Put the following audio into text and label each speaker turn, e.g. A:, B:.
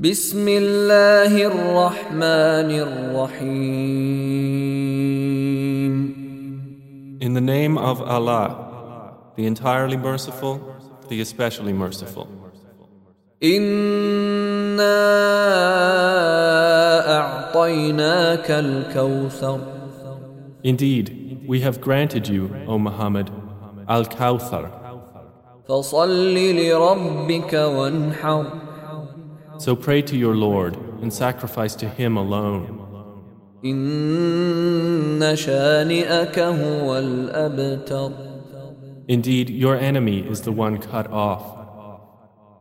A: بسم الله الرحمن الرحيم
B: In the name of Allah, the entirely merciful, the especially merciful.
A: إنا أعطيناك الكوثر
B: Indeed, we have granted you, O Muhammad, Al Kawthar.
A: فصل لربك وانحر
B: So pray to your Lord and sacrifice to Him alone.
A: إن شانئك هو الأبتر
B: Indeed, your enemy is the one cut off.